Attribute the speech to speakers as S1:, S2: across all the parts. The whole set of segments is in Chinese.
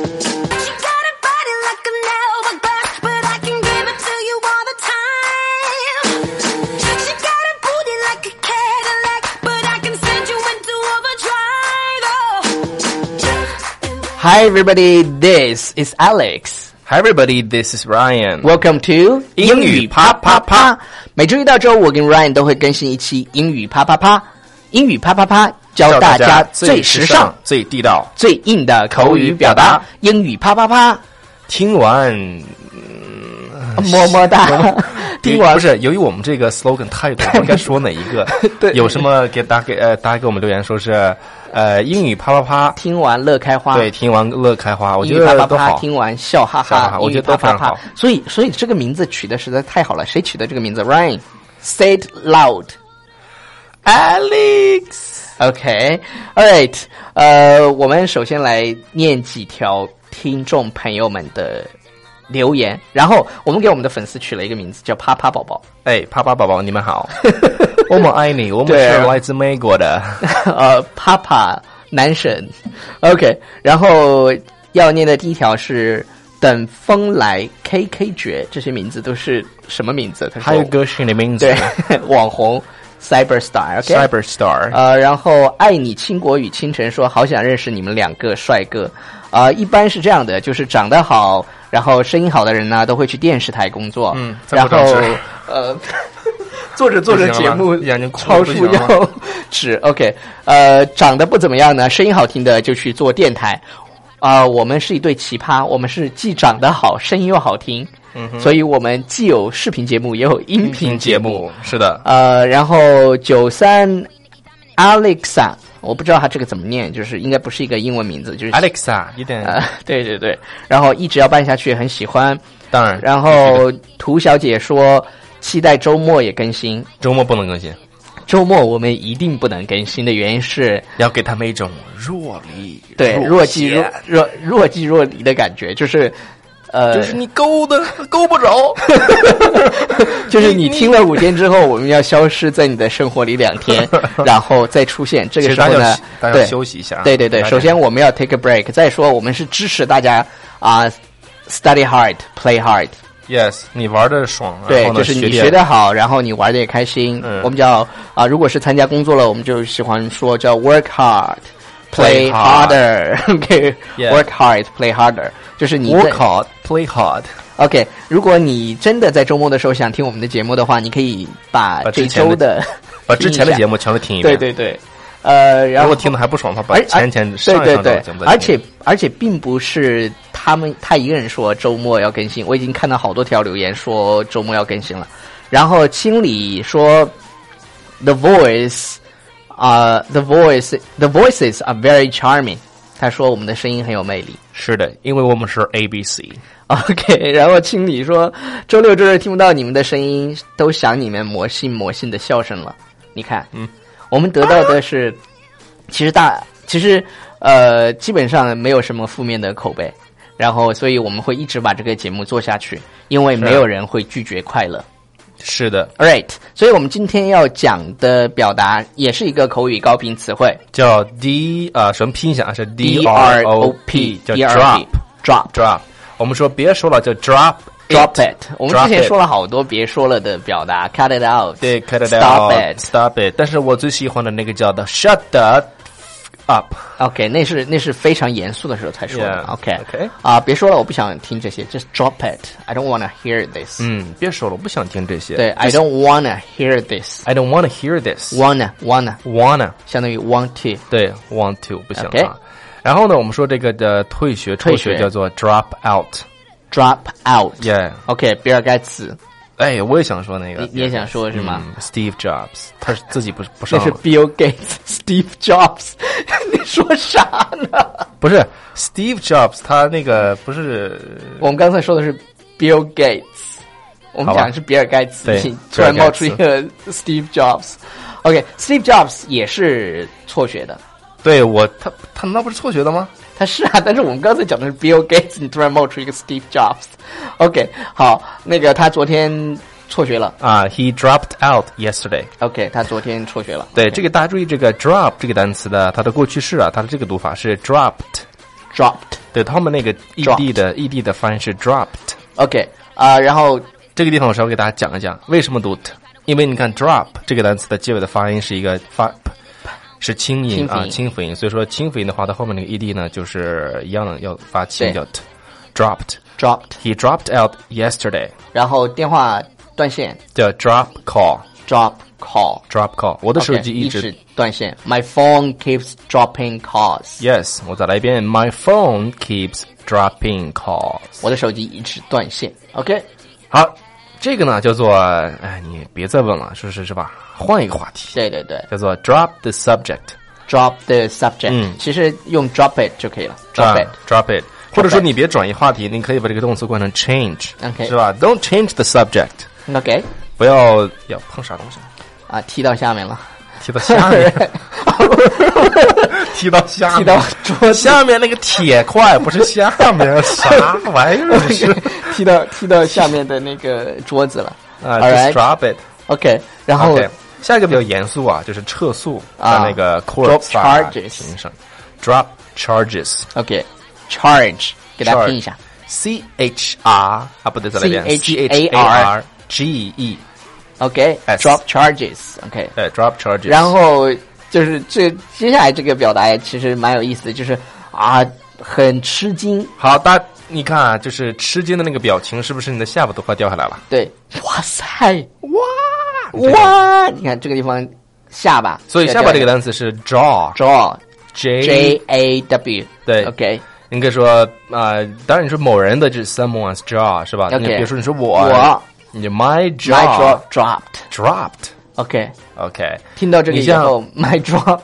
S1: She got a body like an Elba glass, but I can give it to you all the time. She got a booty like a Cadillac, but I can send you into overdrive. Oh.
S2: Hi, everybody. This is Alex.
S3: Hi everybody, this is Ryan.
S2: Welcome to
S3: 英语啪啪啪。
S2: 每周一到周五，我跟 Ryan 都会更新一期英语啪啪啪。英语啪啪啪，教
S3: 教
S2: 大
S3: 家
S2: 家最时尚、、
S3: 最地道。
S2: 最硬的口语表达。英语啪啪 啪，
S3: 听完，
S2: 么么 哒。听完？
S3: 不是由于我们这个 slogan 太多，我该说哪一个
S2: 对
S3: 有什么给大家给呃大家给我们留言说是呃英语啪啪啪，
S2: 听完乐开花，
S3: 对，，听完乐开花，我
S2: 英
S3: 觉
S2: 语啪
S3: 得
S2: 啪
S3: 都
S2: 啪，
S3: 好。
S2: 听完笑哈
S3: 笑哈
S2: 哈
S3: 哈，
S2: 英
S3: 我
S2: 语
S3: 觉
S2: 啪
S3: 得都非
S2: 啪
S3: 常
S2: 啪
S3: 好。
S2: 所以，所以这个名字取的实在太好了，谁取的这个名字？Ryan，say it loud。
S3: Alex，
S2: OK, all right，呃，我们首先来念几条听众朋友们的留言，然后我们给我们的粉丝取了一个名字叫“啪啪宝宝
S3: 哎，啪啪宝宝，你 们好，我们爱你，我们
S2: 对
S3: 是来自美国的。”，
S2: 呃，啪啪男神，OK，然后要念的第一条是“等风来 KK 绝”，这些名字都是什么名字？他
S3: 还
S2: 说
S3: 有歌星的名字
S2: 对 网红 Cyber Star，OK，、
S3: ，Cyber Star。
S2: 呃，然后爱你倾国与倾城说好想认识你们两个帅哥，啊，一般是这样的，就是长得好，然后声音好的人呢，都会去电视台工作，
S3: 嗯再
S2: 然
S3: 不长
S2: 后
S3: 知
S2: 呃， 做着做着
S3: 不行
S2: 节
S3: 了吧
S2: 目
S3: 眼睛哭
S2: 超
S3: 了不
S2: 出
S3: 行了吧
S2: 要止，OK，呃，长得不怎么样呢，声音好听的就去做电台，啊、我们是一对奇葩，我们是既长得好，声音又好听，所以我们既有视频节目，也有音频
S3: 听
S2: 节
S3: 节
S2: 目。
S3: 目是的，
S2: 呃，然后九三 Alexa，我不知道他这个怎么念，就是应该不是一个英文名字，就是
S3: Alexa 有点，
S2: 呃， 对对对，然后一直要办下去，很喜欢。
S3: 当然，
S2: 然后涂小姐说，期待周末也更新。
S3: 周末不能更新，
S2: 周末我们一定不能更新的原因是，
S3: 要给他们一种弱力，
S2: 对若即若
S3: 现
S2: 若若即若离的感觉，就是，呃，
S3: 就是你勾的勾 不着，
S2: 就是你听了五天之后，我们要消失在你的生活里两 天，然后再出现。这
S3: 其
S2: 个
S3: 实
S2: 时
S3: 大
S2: 候
S3: 家
S2: 呢
S3: 要，大家
S2: 对
S3: 要休息一下啊，
S2: 对对对，
S3: 大家
S2: 首先我们要 take a break，再说我们是支持大家啊、s t u d y hard, play hard。
S3: yes，你玩的爽，
S2: 对
S3: 然，后
S2: 就
S3: 呢
S2: 是你
S3: 啊学
S2: 学
S3: 点
S2: 得好，然后你玩的也开心。
S3: 嗯
S2: 我们叫啊、如果是参加工作了，我们就喜欢说叫 work hard。Play
S3: Play hard
S2: harder, OK.
S3: Yeah
S2: Work hard, play harder，就是你在
S3: work hard play hard，
S2: OK，如果你真的在周末的时候想听我们的节目的话，你可以把
S3: 把
S2: 这
S3: 之前
S2: 周
S3: 的
S2: 的
S3: 把之前的
S2: 听一下
S3: 节目全都听 一
S2: 对对
S3: 遍，
S2: 对，呃，然
S3: 如
S2: 后
S3: 果听的还不爽的话，把
S2: 而
S3: 前前上一
S2: 对
S3: 上周
S2: 对
S3: 的节
S2: 对
S3: 目再听一，遍
S2: 而且而且并不是他们他一个人说周末要更新，我已经看到好多条留言说周末要更新了。然后清理说，The Voice 啊、t h e Voice The Voices are very charming。他说我们的声音很有魅力。
S3: 是的，因为我们是 A B C，
S2: OK，然后清理说周六周日听不到你们的声音，都想你们魔性魔性的笑声了。你看，
S3: 嗯，
S2: 我们得到的是，其实大其实呃基本上没有什么负面的口碑，然后所以我们会一直把这个节目做下去，因为没有人会拒绝快乐。
S3: 是啊的，
S2: All right，所以我们今天要讲的表达也是一个口语高频词汇
S3: 叫 D 啊什么拼一下啊是
S2: ，D
S3: R
S2: O
S3: P 叫
S2: D R O
S3: drop
S2: P drop
S3: drop，我们说别说了叫 drop
S2: Drop it！我们之
S3: Drop
S2: 前
S3: it
S2: 说了好多别说了的表达，cut it out，
S3: 对，cut it
S2: Stop
S3: out,
S2: it
S3: stop it。但是我最喜欢的那个叫的 shut the f- up，
S2: OK，那是那是非常严肃的时候才说的。
S3: Yeah,
S2: OK
S3: OK
S2: 啊，别说了，我不想听这些，just drop it。I don't wanna hear this、
S3: 嗯，别说了，我不想听这些。
S2: 对，I
S3: Just-
S2: don't wanna hear this。
S3: I don't want to hear this.
S2: Wanna wanna
S3: Wanna
S2: 相当于 want to。
S3: 对 want to 不行
S2: OK
S3: 啊。然后呢，我们说这个的退学
S2: 退
S3: 辍
S2: 学
S3: 学叫做 drop out。
S2: Drop out。
S3: Yeah，
S2: OK，比尔盖茨，
S3: 哎，我也想说那个，
S2: 你你也想说是吗？
S3: 嗯？Steve Jobs，他是自己不是不
S2: 那
S3: 上
S2: 是 Bill Gates、Steve Jobs，你 说啥呢？
S3: 不是 Steve Jobs，他那个不是
S2: 我们刚才说的是 Bill Gates，我们
S3: 好吧
S2: 讲的是比尔盖茨
S3: 对，
S2: 突然
S3: 比
S2: 冒
S3: 尔盖
S2: 出
S3: 茨
S2: 一个 Steve Jobs。OK，Steve、Jobs 也是辍学的，
S3: 对我他他难道不是辍学的吗？
S2: 他是啊， 但是我们刚才讲的是 Bill Gates，你突然冒出一个 Steve Jobs。OK，好，那个他昨天辍学了。
S3: 啊，He dropped out yesterday。
S2: OK，他昨天辍学了。
S3: 对，这个大家注意，这个 drop 这个单词的它的过去式啊，它的这个读法是 dropped，
S2: dropped。
S3: 对他们那个异
S2: Dropped
S3: 地的异地的发音是 dropped。
S2: OK 啊、然后
S3: 这个地方我稍微给大家讲一讲为什么读 t，因为你看 drop 这个单词的结尾的发音是一个发是清音
S2: 清辅
S3: 啊
S2: 音
S3: 清辅音，所以说清辅音的话，它后面那个 ed 呢就是一样的要发
S2: 对
S3: 清叫 t dropped。
S2: dropped，
S3: He dropped out yesterday，
S2: 然后电话断线
S3: 叫 drop call，drop
S2: drop call。
S3: call。我的手机
S2: OK，一
S3: 直
S2: 断线，My phone keeps dropping calls。
S3: yes，我再来一遍，my phone keeps dropping calls。
S2: 我的手机一直断线。OK，
S3: 好，这个呢叫做哎，你别再问了，是是是吧？换一个话题，
S2: 对对对
S3: 叫做 drop the subject。
S2: ，drop the subject，、
S3: 嗯
S2: 其实用 drop it 就可以了，drop 啊 it、
S3: drop it，或者
S2: Drop
S3: 说
S2: it 嗯
S3: 你别转移话题，你可以把这个动词换成 change，
S2: OK
S3: 是吧？Don't change the subject，
S2: OK，
S3: 不要要碰啥东西，
S2: 啊，踢到下面了，
S3: 踢到下 面，踢到下面，
S2: 踢到桌子，
S3: 下面那个铁块，不是下面啥玩意儿这是
S2: 踢到踢到下面的那个桌子了。
S3: 啊
S2: All right，OK，、
S3: ，just drop it。
S2: 然后
S3: OK，下一个比较严肃啊，就是撤诉
S2: 啊
S3: 在那个
S2: drop
S3: court 法
S2: charges
S3: 庭上，drop charges，C
S2: OK，charge，给大家
S3: Charge
S2: 拼一下
S3: H R 啊，不对，再来一遍
S2: C H A
S3: H
S2: R
S3: G E，S
S2: ，OK，drop、charges，OK、
S3: 对，drop charges，
S2: 然后就是这接下来这个表达也其实蛮有意思的，就是啊，很吃惊，
S3: 好，大你看啊，就是吃惊的那个表情，是不是你的下巴都快掉下来了？
S2: 对，哇塞，
S3: 哇
S2: 哇，你看这个地方下巴，
S3: 所以下巴这个单词是 jaw
S2: jaw
S3: j，
S2: J A W，
S3: 对
S2: ，OK，
S3: 你可以说啊、呃当然你说某人的就是 someone's jaw 是吧
S2: OK
S3: 你比如说你说我，
S2: 我
S3: 你就 my
S2: my
S3: jaw
S2: jaw dropped，OK，、
S3: dropped。OK，
S2: 听到这个
S3: 你
S2: 以
S3: 像
S2: 后，my jaw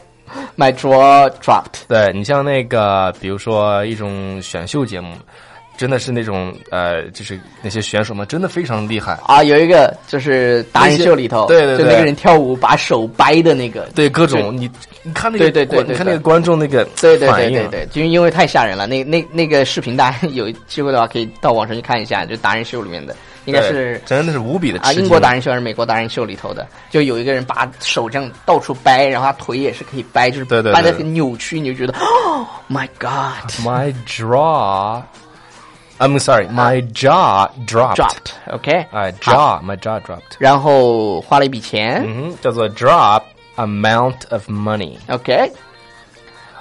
S2: my jaw dropped，
S3: 对你像那个，比如说一种选秀节目，真的是那种呃，就是那些选手们真的非常厉害，
S2: 啊，有一个就是达人
S3: 那些
S2: 秀里头，
S3: 对对
S2: 就那
S3: 对
S2: 个人跳舞把手掰的那个，
S3: 对各种你你看那个
S2: 对对对
S3: 观
S2: 对
S3: 你看
S2: 对
S3: 那个观众那个
S2: 对对
S3: 反
S2: 对
S3: 应啊
S2: 对对，就因为太吓人了。那那那个视频，大家 有机会的话可以到网上去看一下，就达人秀里面的，应该
S3: 对
S2: 是
S3: 真的是无比的
S2: 啊英
S3: 吃惊
S2: 国达人秀还是美国达人秀里头的，就有一个人把手这样到处掰，然后他腿也是可以掰，就是
S3: 对对对
S2: 掰的
S3: 对
S2: 很扭曲，你就觉得，Oh my God
S3: My jaw. I'm sorry, my jaw dropped.
S2: dropped OK，
S3: 哎，jaw, my jaw dropped.
S2: 然后花了一笔钱、
S3: 嗯哼，叫做 drop amount of money。
S2: OK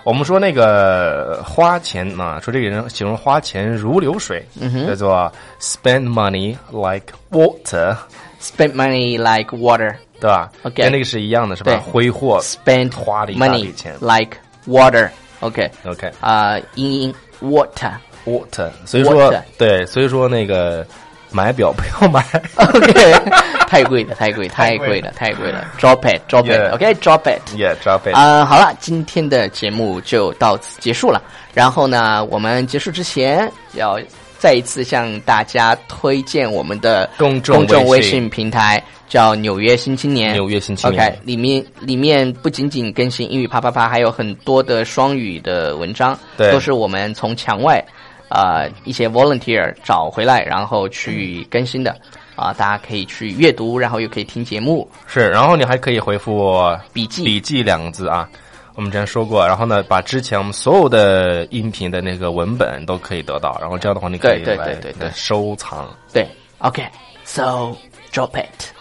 S3: 我们说那个花钱嘛，说这个人形容花钱如流水，
S2: 嗯
S3: 叫做 spend money like water，
S2: spend money like water
S3: 对吧
S2: OK
S3: 跟那个是一样的，是吧？
S2: 对
S3: 挥霍
S2: spend
S3: 花了一大
S2: money
S3: 笔钱。
S2: like water OK
S3: OK，water，、
S2: 啊、英音 water
S3: 所以说
S2: water
S3: 对，所以说那个买表不要买。
S2: OK，太贵了，太贵，太贵了，太贵了。Drop it，drop
S3: Yeah
S2: it，OK，drop it。
S3: yeah, drop it.
S2: 啊，好了，今天的节目就到此结束了。然后呢，我们结束之前要再一次向大家推荐我们的
S3: 公众
S2: 公众
S3: 微
S2: 微
S3: 信
S2: 信平台，叫《纽约新青年》。
S3: 纽约新青年
S2: OK，里面里面不仅仅更新英语啪啪啪，还有很多的双语的文章，
S3: 对
S2: 都是我们从墙外啊、呃一些 volunteer 找回来，然后去更新的。啊，大家可以去阅读，然后又可以听节目。
S3: 是，然后你还可以回复
S2: 笔记
S3: 笔记两个字啊。我们之前说过，然后呢，把之前我们所有的音频的那个文本都可以得到，然后这样的话，你可以
S2: 对对
S3: 来
S2: 对对对
S3: 来收藏。
S2: 对，OK，so、drop it。